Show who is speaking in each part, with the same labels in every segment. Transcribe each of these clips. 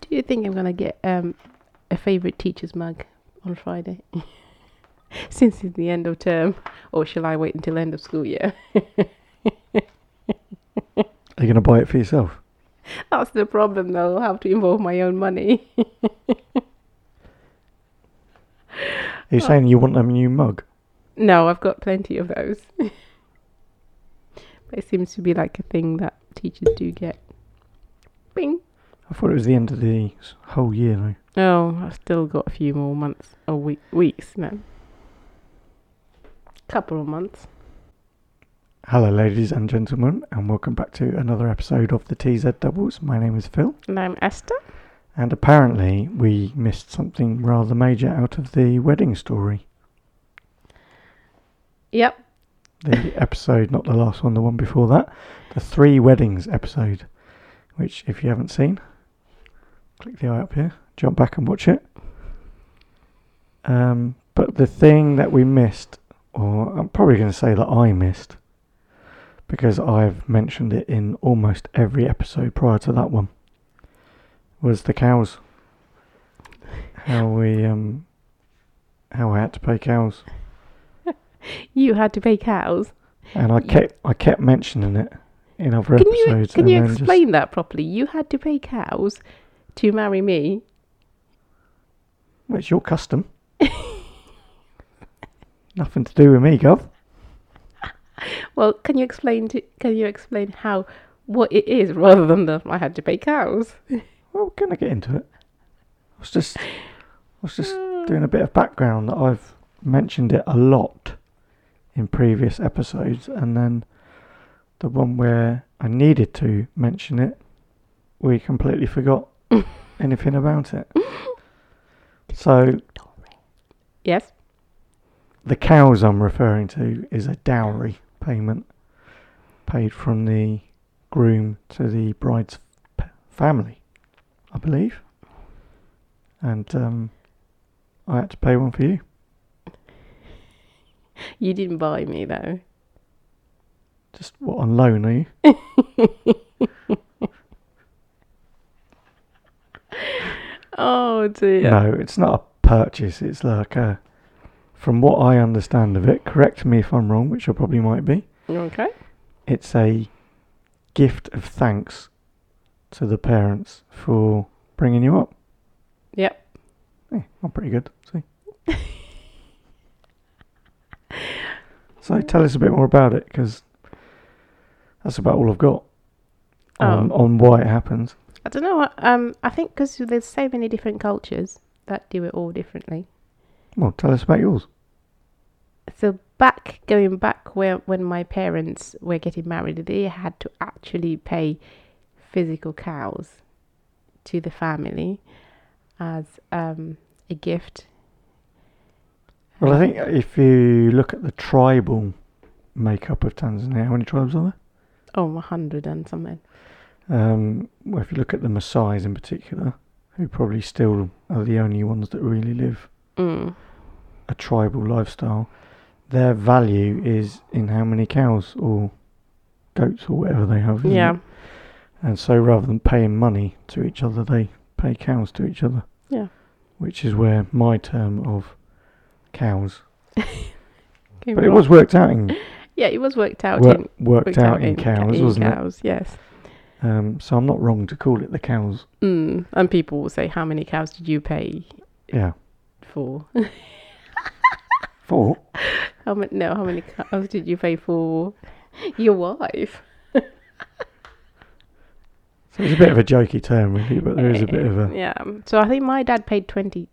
Speaker 1: Do you think I'm gonna get um, a favorite teacher's mug on Friday? Since it's the end of term, or shall I wait until end of school year?
Speaker 2: Are you going to buy it for yourself?
Speaker 1: That's the problem, though. I'll have to involve my own money.
Speaker 2: Are you saying you want a new mug?
Speaker 1: no, I've got plenty of those. but it seems to be like a thing that teachers do get. Bing.
Speaker 2: I thought it was the end of the s- whole year, though.
Speaker 1: Oh, I've still got a few more months or week, weeks no. Couple of months.
Speaker 2: Hello, ladies and gentlemen, and welcome back to another episode of the TZ Doubles. My name is Phil,
Speaker 1: And I'm Esther.
Speaker 2: and apparently we missed something rather major out of the wedding story.
Speaker 1: Yep.
Speaker 2: The episode, not the last one, the one before that, the three weddings episode, which, if you haven't seen, click the eye up here, jump back and watch it. Um, but the thing that we missed, or I'm probably going to say that I missed, because I've mentioned it in almost every episode prior to that one, was the cows. How we, um, how I had to pay cows,
Speaker 1: You had to pay cows.
Speaker 2: and I
Speaker 1: Ye-
Speaker 2: kept, I kept mentioning it in other
Speaker 1: Can you
Speaker 2: episodes.
Speaker 1: can
Speaker 2: and
Speaker 1: you
Speaker 2: then just-
Speaker 1: explain that properly? You had to pay cows to marry me.
Speaker 2: Well, it's your custom. Nothing to do with me, Gov.
Speaker 1: Well, can you explain to, can you explain how what it is rather than that I had to pay cows?
Speaker 2: Well, can I get into it? I was just, I was just
Speaker 1: Mm.
Speaker 2: doing a bit of background that I've mentioned it a lot in previous episodes, and then the one where I needed to mention it, we completely forgot anything about it. So
Speaker 1: Yes.
Speaker 2: the cows I'm referring to is a dowry payment paid from the groom to the bride's p- family, I believe. And um, I had to pay one for you.
Speaker 1: You didn't buy me though.
Speaker 2: Just what on loan are you?
Speaker 1: Oh dear.
Speaker 2: No, it's not a purchase. It's like a, from what I understand of it. Correct me if I'm wrong, which I probably might be.
Speaker 1: Okay.
Speaker 2: it's a gift of thanks to the parents for bringing you up.
Speaker 1: Yep.
Speaker 2: Hey, I'm pretty good. See. so tell us a bit more about it because that's about all I've got on, on why it happens.
Speaker 1: I don't know. Um, I think because there's so many different cultures that do it all differently.
Speaker 2: Well, tell us about yours.
Speaker 1: So back going back where when my parents were getting married, they had to actually pay physical cows to the family as um, a gift.
Speaker 2: Well, I think uh, if you look at the tribal makeup of Tanzania, how many tribes are there?
Speaker 1: Oh, a hundred and something.
Speaker 2: Um, well, if you look at the Maasai's in particular, who probably still are the only ones that really live
Speaker 1: Mm.
Speaker 2: a tribal lifestyle, their value is in how many cows or goats or whatever they have. isn't
Speaker 1: Yeah.
Speaker 2: it? And so rather than paying money to each other, they pay cows to each other.
Speaker 1: Yeah.
Speaker 2: Which is where my term of cows.
Speaker 1: Came
Speaker 2: But it
Speaker 1: from-
Speaker 2: was worked out in
Speaker 1: Yeah, it was worked out
Speaker 2: wor-
Speaker 1: in
Speaker 2: worked, out in cows,
Speaker 1: in
Speaker 2: wasn't it?
Speaker 1: cows, Yes.
Speaker 2: Um, so I'm not wrong to call it the cows.
Speaker 1: Mm. And people will say, "How many cows did you pay
Speaker 2: Yeah.
Speaker 1: for?"
Speaker 2: For
Speaker 1: How many? No, how many cows did you pay for your wife?
Speaker 2: so it's a bit of a jokey term, really, but there is a bit of a
Speaker 1: Yeah. So I think my dad paid 20,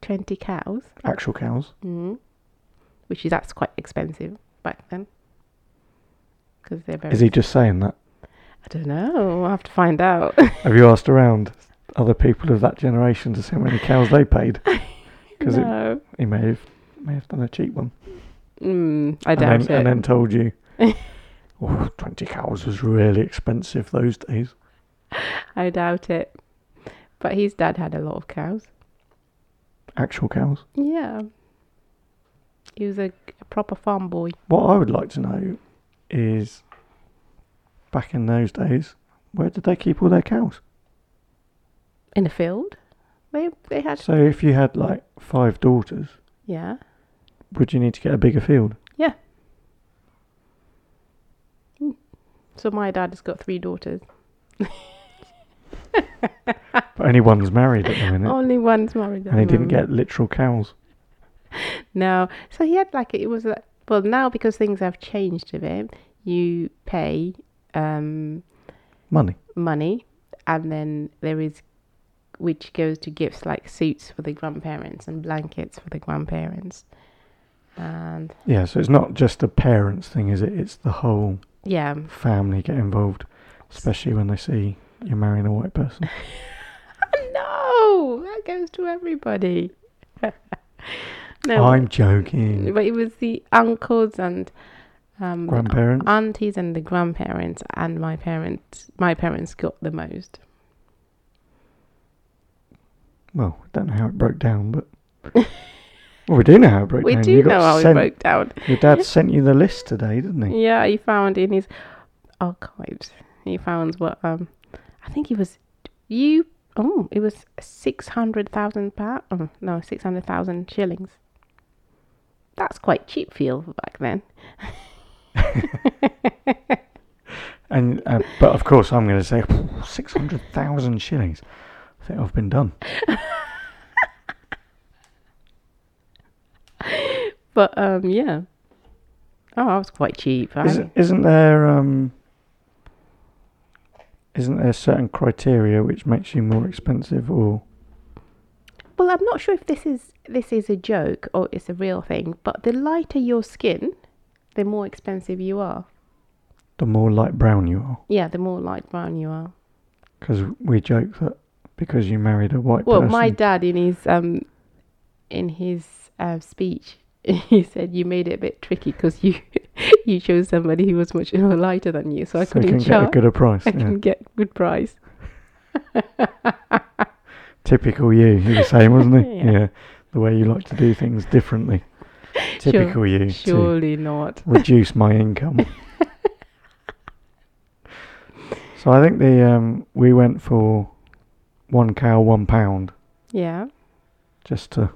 Speaker 1: 20 cows,
Speaker 2: actual cows.
Speaker 1: mm, which is that's quite expensive back then. Because they're very.
Speaker 2: Is he just saying that?
Speaker 1: I don't know. I'll have to find out.
Speaker 2: Have you asked around other people of that generation to see how many cows they paid? Because
Speaker 1: no.
Speaker 2: he may have may have done a cheap one,
Speaker 1: Mm, I
Speaker 2: and
Speaker 1: doubt
Speaker 2: then,
Speaker 1: it.
Speaker 2: and then told you, oh, 20 cows was really expensive those days.
Speaker 1: I doubt it. But his dad had a lot of cows.
Speaker 2: Actual cows.
Speaker 1: Yeah. He was a, a proper farm boy.
Speaker 2: What I would like to know is, back in those days, where did they keep all their cows?
Speaker 1: in a field. They they had
Speaker 2: So if you had like five daughters,
Speaker 1: yeah
Speaker 2: would you need to get a bigger field?
Speaker 1: So my dad has got three daughters.
Speaker 2: But only one's married at the minute,
Speaker 1: Only one's married. at
Speaker 2: and he
Speaker 1: the
Speaker 2: didn't
Speaker 1: moment.
Speaker 2: get literal cows.
Speaker 1: no. So he had like it was like well now because things have changed a bit. You pay um,
Speaker 2: Money.
Speaker 1: money, and then there is which goes to gifts like suits for the grandparents and blankets for the grandparents, and
Speaker 2: Yeah, so it's not just the parents thing, is it? It's the whole
Speaker 1: yeah,
Speaker 2: family get involved, especially when they see you're marrying a white person.
Speaker 1: Oh, no, that goes to everybody. no,
Speaker 2: I'm joking.
Speaker 1: but it was the uncles and um, the
Speaker 2: Grandparents.
Speaker 1: aunties and the grandparents and my parents my parents got the most
Speaker 2: Well, I don't know how it broke down, but well, we do know how it broke
Speaker 1: we
Speaker 2: down.
Speaker 1: do
Speaker 2: You got
Speaker 1: know how
Speaker 2: sent-
Speaker 1: it broke down
Speaker 2: Your dad sent you the list today, didn't he?
Speaker 1: yeah he found in his archives oh, he found what um i think it was you oh it was 600000 pound oh, no 600000 shillings that's quite cheap feel back then
Speaker 2: And uh, but of course, I'm going to say six hundred thousand shillings. I think I've been done.
Speaker 1: but um yeah oh i was quite cheap I-
Speaker 2: Isn't, isn't there um, isn't there certain criteria which makes you more expensive, or
Speaker 1: Well, I'm not sure if this is this is a joke or it's a real thing, but the lighter your skin, the more expensive you are.
Speaker 2: the more light brown you are?
Speaker 1: Yeah, the more light brown you are.
Speaker 2: Because we joke that because you married a white
Speaker 1: Well,
Speaker 2: person,
Speaker 1: my dad in his um in his uh, speech, he said you made it a bit tricky because you you chose somebody who was much lighter than you, so I
Speaker 2: you
Speaker 1: couldn't
Speaker 2: can get a
Speaker 1: charge.
Speaker 2: good a price.
Speaker 1: I
Speaker 2: yeah.
Speaker 1: can get good price.
Speaker 2: Typical you. He was saying, wasn't he?
Speaker 1: Yeah.
Speaker 2: The way you like to do things differently. Typical you. To
Speaker 1: Surely not.
Speaker 2: reduce my income. so I think the um, we went for one cow, one pound,
Speaker 1: Yeah.
Speaker 2: just to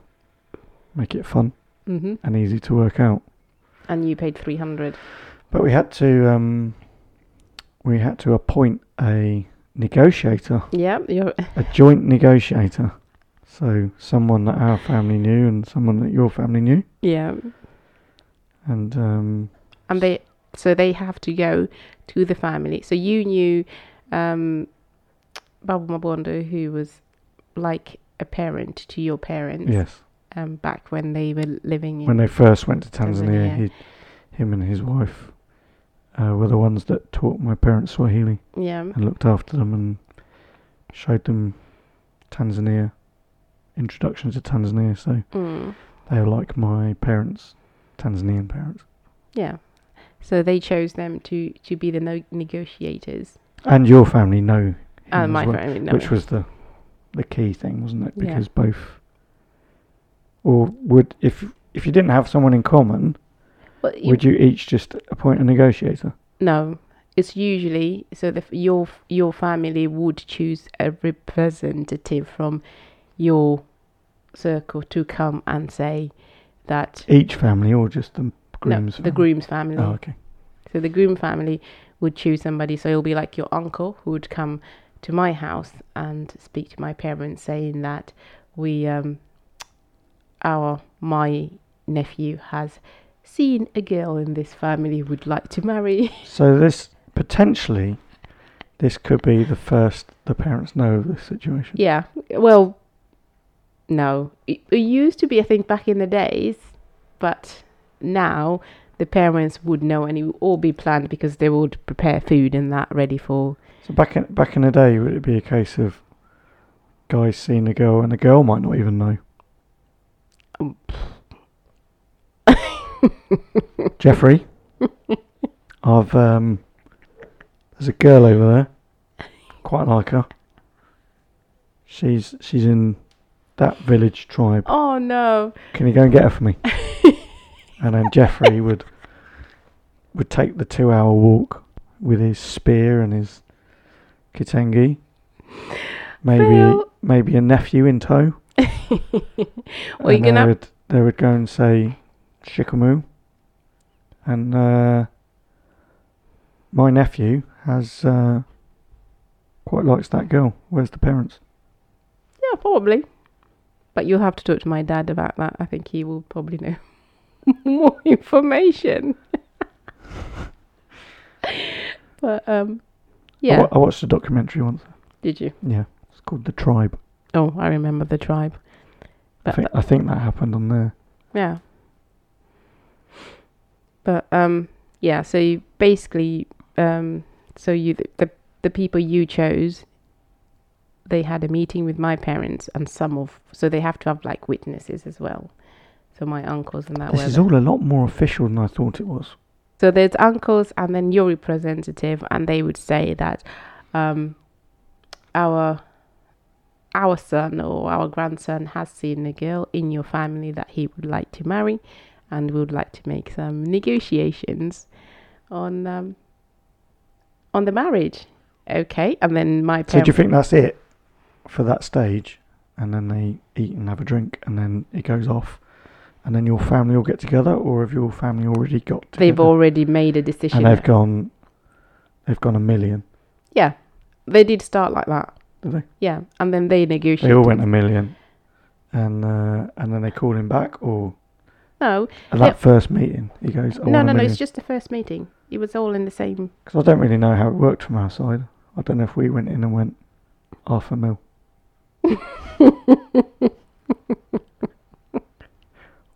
Speaker 2: make it fun
Speaker 1: hmm
Speaker 2: and easy to work out.
Speaker 1: And you paid three hundred.
Speaker 2: But we had to um, we had to appoint a negotiator,
Speaker 1: Yeah, you're
Speaker 2: a joint negotiator. So someone that our family knew and someone that your family knew.
Speaker 1: yeah.
Speaker 2: And um,
Speaker 1: and they so they have to go to the family. So you knew um Babu Mabondo who was like a parent to your parents
Speaker 2: yes,
Speaker 1: um back when they were living in
Speaker 2: when they first went to Tanzania,
Speaker 1: Tanzania.
Speaker 2: he, him and his wife uh, were the ones that taught my parents Swahili
Speaker 1: yeah
Speaker 2: and looked after them and showed them Tanzania, introduction to Tanzania. So
Speaker 1: mm,
Speaker 2: they were like my parents, Tanzanian parents,
Speaker 1: yeah so they chose them to to be the no- negotiators
Speaker 2: and your family know him as
Speaker 1: and my
Speaker 2: well,
Speaker 1: family no
Speaker 2: which was the the key thing, wasn't it?
Speaker 1: Yeah.
Speaker 2: Because both, or would if if you didn't have someone in common,
Speaker 1: Well, you-
Speaker 2: would you each just appoint a negotiator?
Speaker 1: no it's usually so the f- your f- your family would choose a representative from your circle to come and say that
Speaker 2: Each family or just the groom's
Speaker 1: no,
Speaker 2: family?
Speaker 1: the groom's family.
Speaker 2: Oh, okay.
Speaker 1: So the groom family would choose somebody. So it'll be like your uncle who would come to my house and speak to my parents, saying that we, um, our my nephew has seen a girl in this family who would like to marry.
Speaker 2: So this potentially, this could be the first the parents know of this situation.
Speaker 1: yeah. Well, no, it, it used to be I think back in the days, but now the parents would know and it would all be planned because they would prepare food and that ready for
Speaker 2: So back in back in the day, would it be a case of guys seeing a girl and the girl might not even know?
Speaker 1: Um,
Speaker 2: Jeffrey, I've um, there's a girl over there. Quite like her. She's she's in that village tribe.
Speaker 1: Oh no.
Speaker 2: Can you go and get her for me? and then Jeffrey would would take the two hour walk with his spear and his kitengi. Maybe
Speaker 1: Phil,
Speaker 2: maybe a nephew in tow.
Speaker 1: Well, you're
Speaker 2: and they
Speaker 1: gonna-
Speaker 2: would, they would go and say shikamoo. And uh, my nephew has uh, quite likes that girl. Where's the parents?
Speaker 1: Yeah, probably. But you'll have to talk to my dad about that. I think he will probably know more information. but um,
Speaker 2: I
Speaker 1: yeah.
Speaker 2: wa- I watched a documentary once.
Speaker 1: Did you?
Speaker 2: Yeah, it's called The Tribe.
Speaker 1: Oh, I remember the tribe.
Speaker 2: I
Speaker 1: But-
Speaker 2: think I think that happened on there.
Speaker 1: Yeah. But um yeah, so you basically um so you the the people you chose they had a meeting with my parents and some of so they have to have like witnesses as well. So my uncles and that
Speaker 2: This
Speaker 1: were
Speaker 2: is
Speaker 1: there.
Speaker 2: all a lot more official than I thought it was.
Speaker 1: So there's uncles and then your representative, and they would say that um, our our son or our grandson has seen a girl in your family that he would like to marry, and would like to make some negotiations on um, on the marriage. Okay, and then my
Speaker 2: So do
Speaker 1: parents.
Speaker 2: you think that's it for that stage? And then they eat and have a drink, and then it goes off, and then your family all get together, or have your family already got together?
Speaker 1: They've already made a decision.
Speaker 2: and they've gone, they've gone a million.
Speaker 1: yeah, they did start like that.
Speaker 2: Did they?
Speaker 1: Yeah, and then they
Speaker 2: They
Speaker 1: negotiated.
Speaker 2: all went a million, and uh, and then they call him back, or
Speaker 1: No,
Speaker 2: at
Speaker 1: They-
Speaker 2: that first meeting he goes, I
Speaker 1: no,
Speaker 2: want
Speaker 1: no,
Speaker 2: a
Speaker 1: no.
Speaker 2: million.
Speaker 1: It's just the first meeting. It was all in the same.
Speaker 2: Because I don't really know how it worked from our side. I don't know if we went in and went half a mil.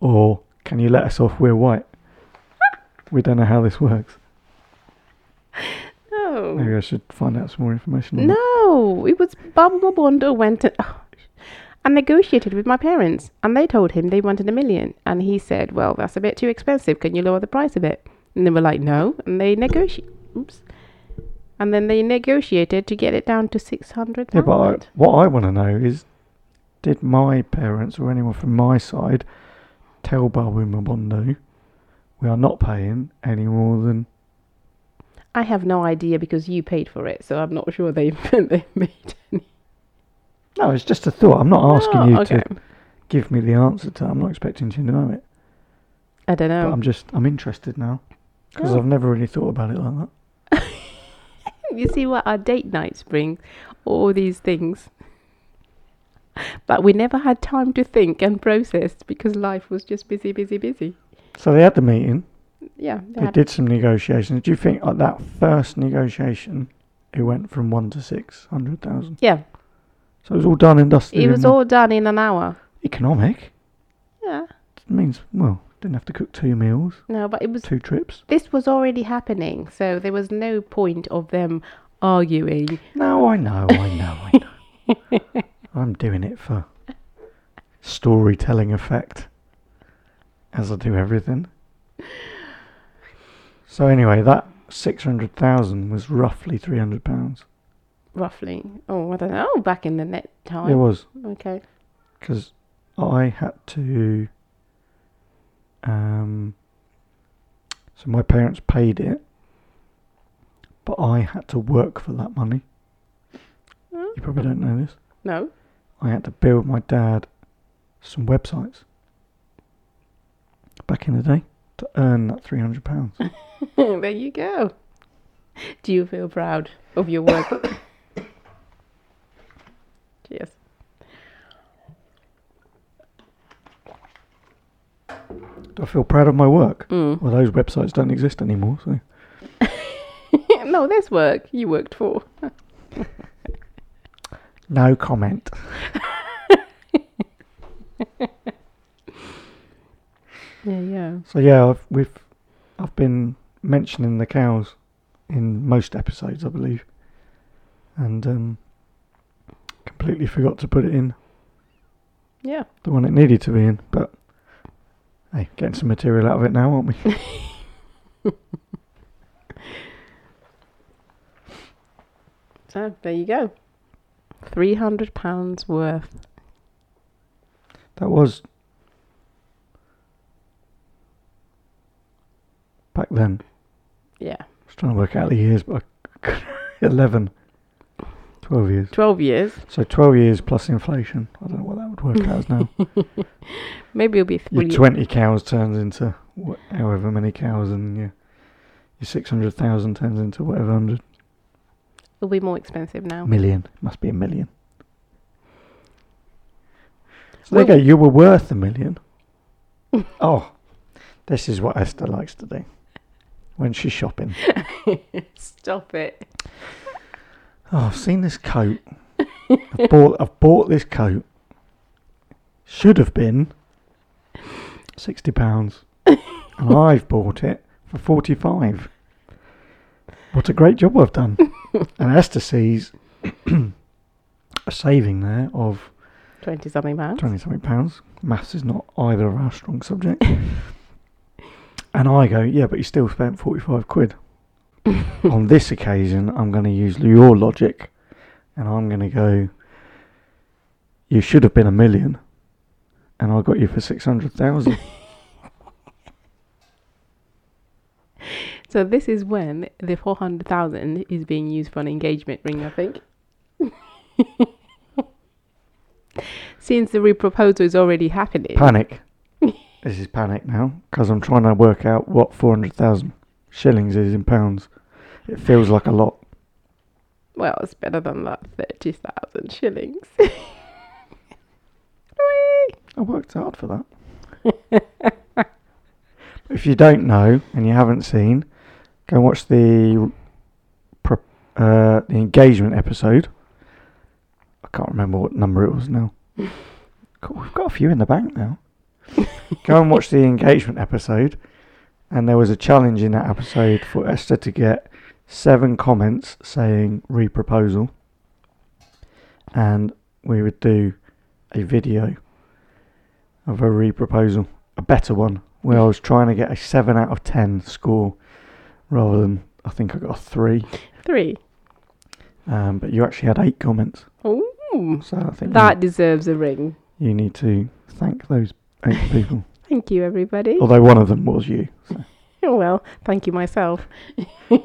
Speaker 2: or can you let us off? We're white. We don't know how this works.
Speaker 1: No.
Speaker 2: Maybe I should find out some more information. On that.
Speaker 1: No, it was Bob Mabondo went to, and negotiated with my parents, and they told him they wanted a million, and he said, "Well, that's a bit too expensive. Can you lower the price a bit?" And they were like, "No," and they negotiated. Oops. And then they negotiated to get it down to six hundred
Speaker 2: Yeah, but I,
Speaker 1: thousand.
Speaker 2: what I want to know is, did my parents or anyone from my side tell Babu Mabondo we are not paying any more than
Speaker 1: I have no idea because you paid for it, so I'm not sure they they made any.
Speaker 2: No, it's just a thought. I'm not asking
Speaker 1: Oh,
Speaker 2: you
Speaker 1: okay.
Speaker 2: to give me the answer to. I'm not expecting you to know it.
Speaker 1: I don't
Speaker 2: But
Speaker 1: know.
Speaker 2: I'm just I'm interested now because
Speaker 1: Oh.
Speaker 2: I've never really thought about it like that.
Speaker 1: Hmm, You see what our date nights bring, all these things. But we never had time to think and process because life was just busy, busy, busy.
Speaker 2: So they had the meeting.
Speaker 1: Yeah, they
Speaker 2: They
Speaker 1: had-
Speaker 2: did some negotiations. Do you think at that first negotiation it went from one to six hundred thousand?
Speaker 1: yeah.
Speaker 2: So it was all done and dusted.
Speaker 1: It
Speaker 2: in
Speaker 1: was
Speaker 2: the-
Speaker 1: all done in an hour.
Speaker 2: economic.
Speaker 1: Yeah,
Speaker 2: It means well, didn't have to cook two meals,
Speaker 1: no, but it was.
Speaker 2: two trips.
Speaker 1: This was already happening, so there was no point of them arguing.
Speaker 2: No, I know, I know, I know. I'm doing it for storytelling effect, as I do everything. So anyway, that six hundred thousand was roughly three hundred pounds.
Speaker 1: Roughly, oh, I don't know. Back in the net time.
Speaker 2: It was
Speaker 1: Okay.
Speaker 2: because I had to. Um, so my parents paid it, but I had to work for that money. You probably don't know this.
Speaker 1: No.
Speaker 2: I had to build my dad some websites back in the day to earn that three hundred pounds.
Speaker 1: there you go. Do you feel proud of your work? Cheers.
Speaker 2: Do I feel proud of my work?
Speaker 1: Mm.
Speaker 2: Well, those websites don't exist anymore. So
Speaker 1: no, there's work you worked for.
Speaker 2: no comment.
Speaker 1: Yeah, yeah.
Speaker 2: So yeah, I've, we've I've been mentioning the cows in most episodes, I believe, and um, completely forgot to put it in
Speaker 1: Yeah.
Speaker 2: the one it needed to be in. But hey, getting some material out of it now, aren't we?
Speaker 1: So there you go. Three hundred pounds worth.
Speaker 2: That was back then.
Speaker 1: Yeah.
Speaker 2: I was trying to work out the years, but I c- eleven. It's 12 years.
Speaker 1: 12 years.
Speaker 2: So 12 years plus inflation. I don't know what that would work out as now.
Speaker 1: Maybe it'll be three
Speaker 2: Your 20 cows turns into wha- however many cows, and your, your 600,000 turns into whatever hundred
Speaker 1: It'll be more expensive now.
Speaker 2: million. Must be a million. So there you
Speaker 1: Well-
Speaker 2: go. You were worth a million. oh, this is what Esther likes to do when she's shopping.
Speaker 1: Stop it.
Speaker 2: Oh, I've seen this coat. I've bought. I've bought this coat. Should have been sixty pounds, and I've bought it for forty-five. What a great job I've done! and Esther sees a saving there of
Speaker 1: 20 something pounds.
Speaker 2: twenty-something pounds. Maths is not either of our strong subject. and I go, yeah, but you still spent forty-five quid. On this occasion, I'm going to use your logic, and I'm going to go. You should have been a million, and I got you for six hundred thousand.
Speaker 1: So this is when the 400,000 is being used for an engagement ring, I think. Since the reproposal is already happening.
Speaker 2: panic. this is panic now because I'm trying to work out what four hundred thousand shillings is in pounds. It feels like a lot.
Speaker 1: Well, it's better than that 30,000 shillings.
Speaker 2: I worked hard for that. if you don't know and you haven't seen, go and watch the pro- uh, the engagement episode. I can't remember what number it was now. God, We've got a few in the bank now. go and watch the engagement episode, and there was a challenge in that episode for Esther to get seven comments saying reproposal, and we would do a video of a reproposal, a better one, where I was trying to get a 7 out of 10 score rather than I think I got a 3.
Speaker 1: Three.
Speaker 2: Um, but you actually had 8 comments.
Speaker 1: Ooh,
Speaker 2: So I think you-
Speaker 1: that deserves a ring.
Speaker 2: you, need to thank those 8 people.
Speaker 1: Thank you, everybody.
Speaker 2: Although one of them was you. So.
Speaker 1: Oh, well, thank you myself.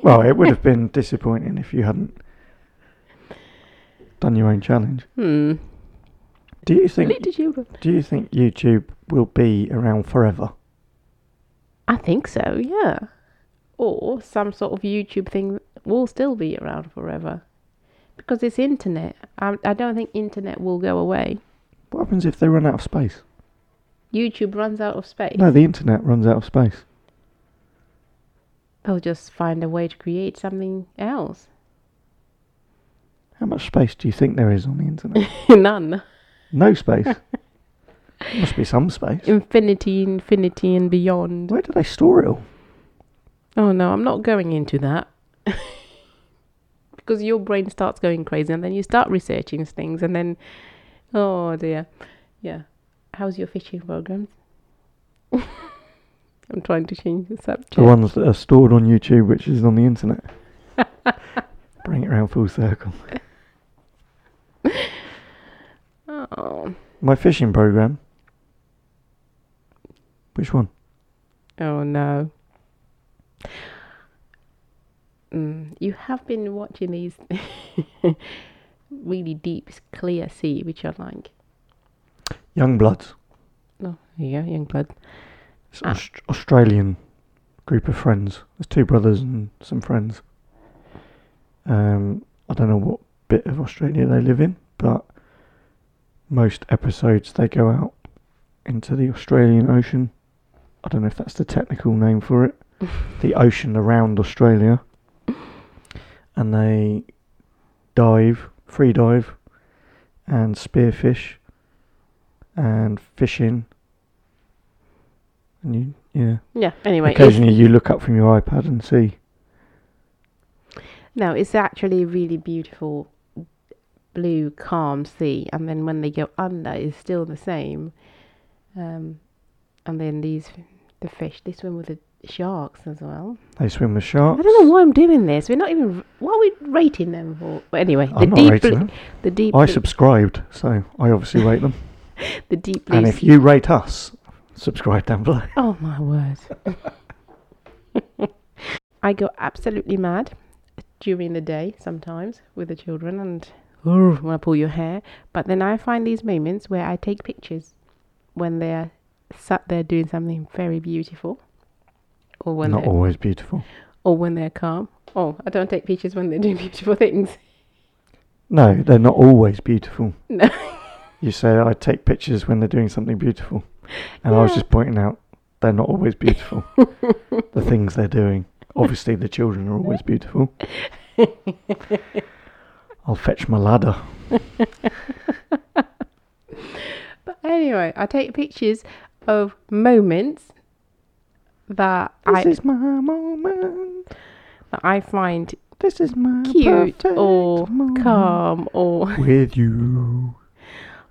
Speaker 2: Well, it would have been disappointing if you hadn't done your own challenge.
Speaker 1: Hmm.
Speaker 2: Do you think
Speaker 1: Little children.
Speaker 2: do you think YouTube will be around forever?
Speaker 1: I think so, yeah. Or some sort of YouTube thing will still be around forever. Because it's internet. I, I don't think internet will go away.
Speaker 2: What happens if they run out of space?
Speaker 1: YouTube runs out of space.
Speaker 2: No, the internet runs out of space.
Speaker 1: They'll just find a way to create something else.
Speaker 2: How much space do you think there is on the internet?
Speaker 1: None.
Speaker 2: No space. Must be some space.
Speaker 1: Infinity, infinity, and beyond.
Speaker 2: Where do they store it all?
Speaker 1: Oh no, I'm not going into that. because your brain starts going crazy and then you start researching things and then, oh dear. Yeah. How's your fishing program? I'm trying to change the subject.
Speaker 2: The ones that are stored on YouTube, which is on the internet. Bring it around full circle.
Speaker 1: Oh.
Speaker 2: My fishing program. Which one?
Speaker 1: Oh no. Mm, you have been watching these really deep, clear sea, which are like,
Speaker 2: Young Bloods.
Speaker 1: oh, yeah, young blood.
Speaker 2: It's
Speaker 1: Ah.
Speaker 2: Aust- Australian group of friends. There's two brothers and some friends. Um, I don't know what bit of Australia they live in, but most episodes they go out into the Australian Ocean. I don't know if that's the technical name for it. the ocean around Australia. And they dive, free dive, and spearfish, and fishing. And you, yeah.
Speaker 1: Yeah, anyway. it's-
Speaker 2: Occasionally, you look up from your iPad and see.
Speaker 1: No, it's actually really beautiful blue, calm sea. And then when they go under, it's still the same. Um, and then these, the fish, they swim with the sharks as well.
Speaker 2: They swim with sharks.
Speaker 1: I don't know why I'm doing this. We're not even, what are we rating them for? But anyway, the
Speaker 2: I'm not
Speaker 1: deep,
Speaker 2: rating
Speaker 1: blue,
Speaker 2: them.
Speaker 1: the deep,
Speaker 2: I
Speaker 1: blue-
Speaker 2: subscribed, so I obviously rate them.
Speaker 1: the deep blue.
Speaker 2: and if you rate us, subscribe down below.
Speaker 1: Oh my word. I go absolutely mad during the day sometimes with the children and "Urgh," when I pull your hair. But then I find these moments where I take pictures when they're sat there doing something very beautiful, or when
Speaker 2: Not
Speaker 1: they're,
Speaker 2: always beautiful.
Speaker 1: or when they're calm. Oh, I don't take pictures when they're doing beautiful things.
Speaker 2: No, they're not always beautiful.
Speaker 1: No.
Speaker 2: You say I take pictures when they're doing something beautiful, and I was
Speaker 1: Yeah.
Speaker 2: just pointing out they're not always beautiful. the things they're doing. Obviously, the children are always beautiful. I'll fetch my ladder.
Speaker 1: But anyway, I take pictures of moments that
Speaker 2: This
Speaker 1: I
Speaker 2: is my moment.
Speaker 1: that I find
Speaker 2: This is my
Speaker 1: cute
Speaker 2: perfect
Speaker 1: or
Speaker 2: moment
Speaker 1: calm or
Speaker 2: with you.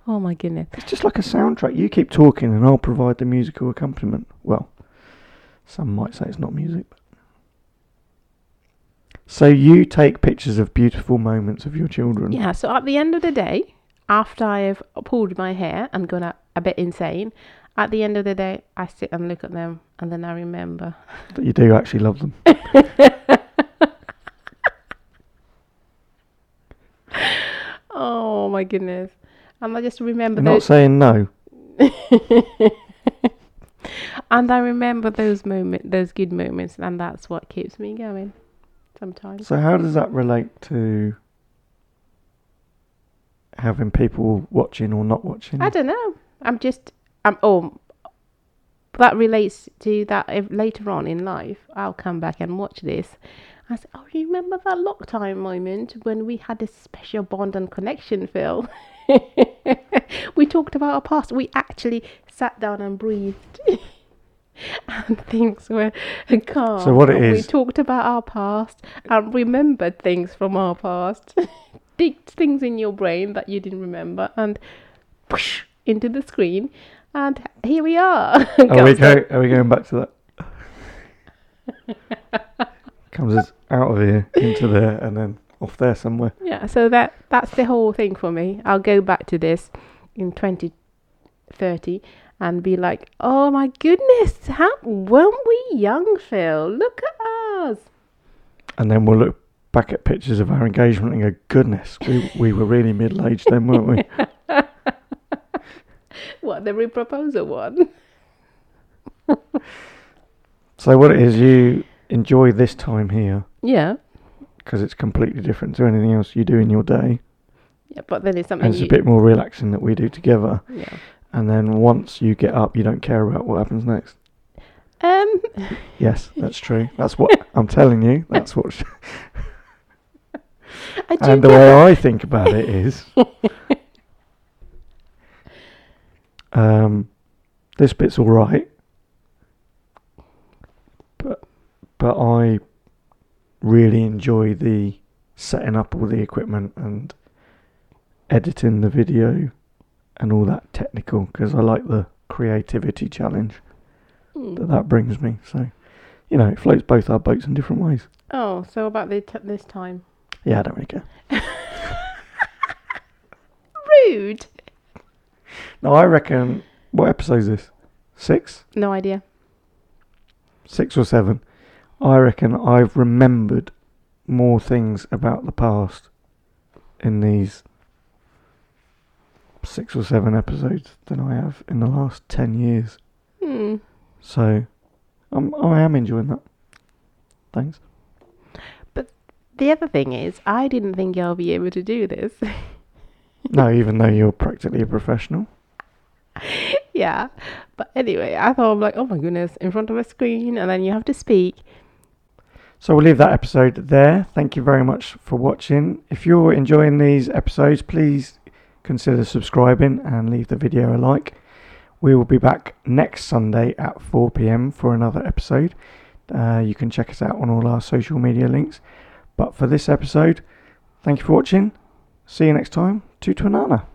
Speaker 1: oh my goodness.
Speaker 2: It's just like a soundtrack. You keep talking, and I'll provide the musical accompaniment. Well, some might say it's not music. But... So you take pictures of beautiful moments of your children.
Speaker 1: Yeah, so at the end of the day, after I have pulled my hair and gone a, a bit insane, at the end of the day, I sit and look at them and then I remember.
Speaker 2: That you do actually love them.
Speaker 1: Oh my goodness. And I just remember
Speaker 2: You're not
Speaker 1: those
Speaker 2: saying no.
Speaker 1: and I remember those moment those good moments and that's what keeps me going sometimes.
Speaker 2: So how does that relate to having people watching or not watching?
Speaker 1: I don't know. I'm just I'm oh that relates to that if later on in life I'll come back and watch this. I said, Oh, you remember that lockdown moment when we had this special bond and connection, Phil? we talked about our past. We actually sat down and breathed. and things were calm.
Speaker 2: So what it
Speaker 1: and We
Speaker 2: is-
Speaker 1: talked about our past and remembered things from our past. Digged things in your brain that you didn't remember and push into the screen. And here we are.
Speaker 2: Are we, go, are we going back to that? Comes us out of here, into there, and then off there somewhere.
Speaker 1: Yeah, so that that's the whole thing for me. I'll go back to this in 2030 and be like, "Oh my goodness, how weren't we young, Phil? Look at us."
Speaker 2: And then we'll look back at pictures of our engagement and go, goodness, we, we were really middle aged then, weren't we?
Speaker 1: What the reproposal one?
Speaker 2: So, what it is, you enjoy this time here
Speaker 1: Yeah,
Speaker 2: because it's completely different to anything else you do in your day.
Speaker 1: yeah, but then it's something.
Speaker 2: And it's a
Speaker 1: you-
Speaker 2: bit more relaxing that we do together.
Speaker 1: Yeah.
Speaker 2: And then once you get up, you don't care about what happens next.
Speaker 1: Um.
Speaker 2: Yes, that's true. That's what I'm telling you. That's what.
Speaker 1: Um, I do
Speaker 2: and the
Speaker 1: get-
Speaker 2: way I think about it is, um, this bit's all right, but but I really enjoy the setting up all the equipment and editing the video and all that technical because I like the creativity challenge
Speaker 1: Mm.
Speaker 2: that that brings me. So, you know, it floats both our boats in different ways.
Speaker 1: Oh, so about the t- this time.
Speaker 2: Yeah, I don't really care.
Speaker 1: Rude.
Speaker 2: No, I reckon. What episode is this? Six,
Speaker 1: No idea.
Speaker 2: six or seven? I reckon I've remembered more things about the past in these six or seven episodes than I have in the last ten years.
Speaker 1: Hmm.
Speaker 2: So, I'm I am enjoying that. Thanks.
Speaker 1: The other thing is, I didn't think I'll be able to do this.
Speaker 2: No, even though you're practically a professional.
Speaker 1: yeah. But anyway, I thought I'm like, oh my goodness, in front of a screen, and then you have to speak.
Speaker 2: So we'll leave that episode there. Thank you very much for watching. If you're enjoying these episodes, please consider subscribing and leave the video a like. We will be back next Sunday at 4 pm for another episode. Uh, you can check us out on all our social media links. But for this episode, thank you for watching. See you next time. Tutanana.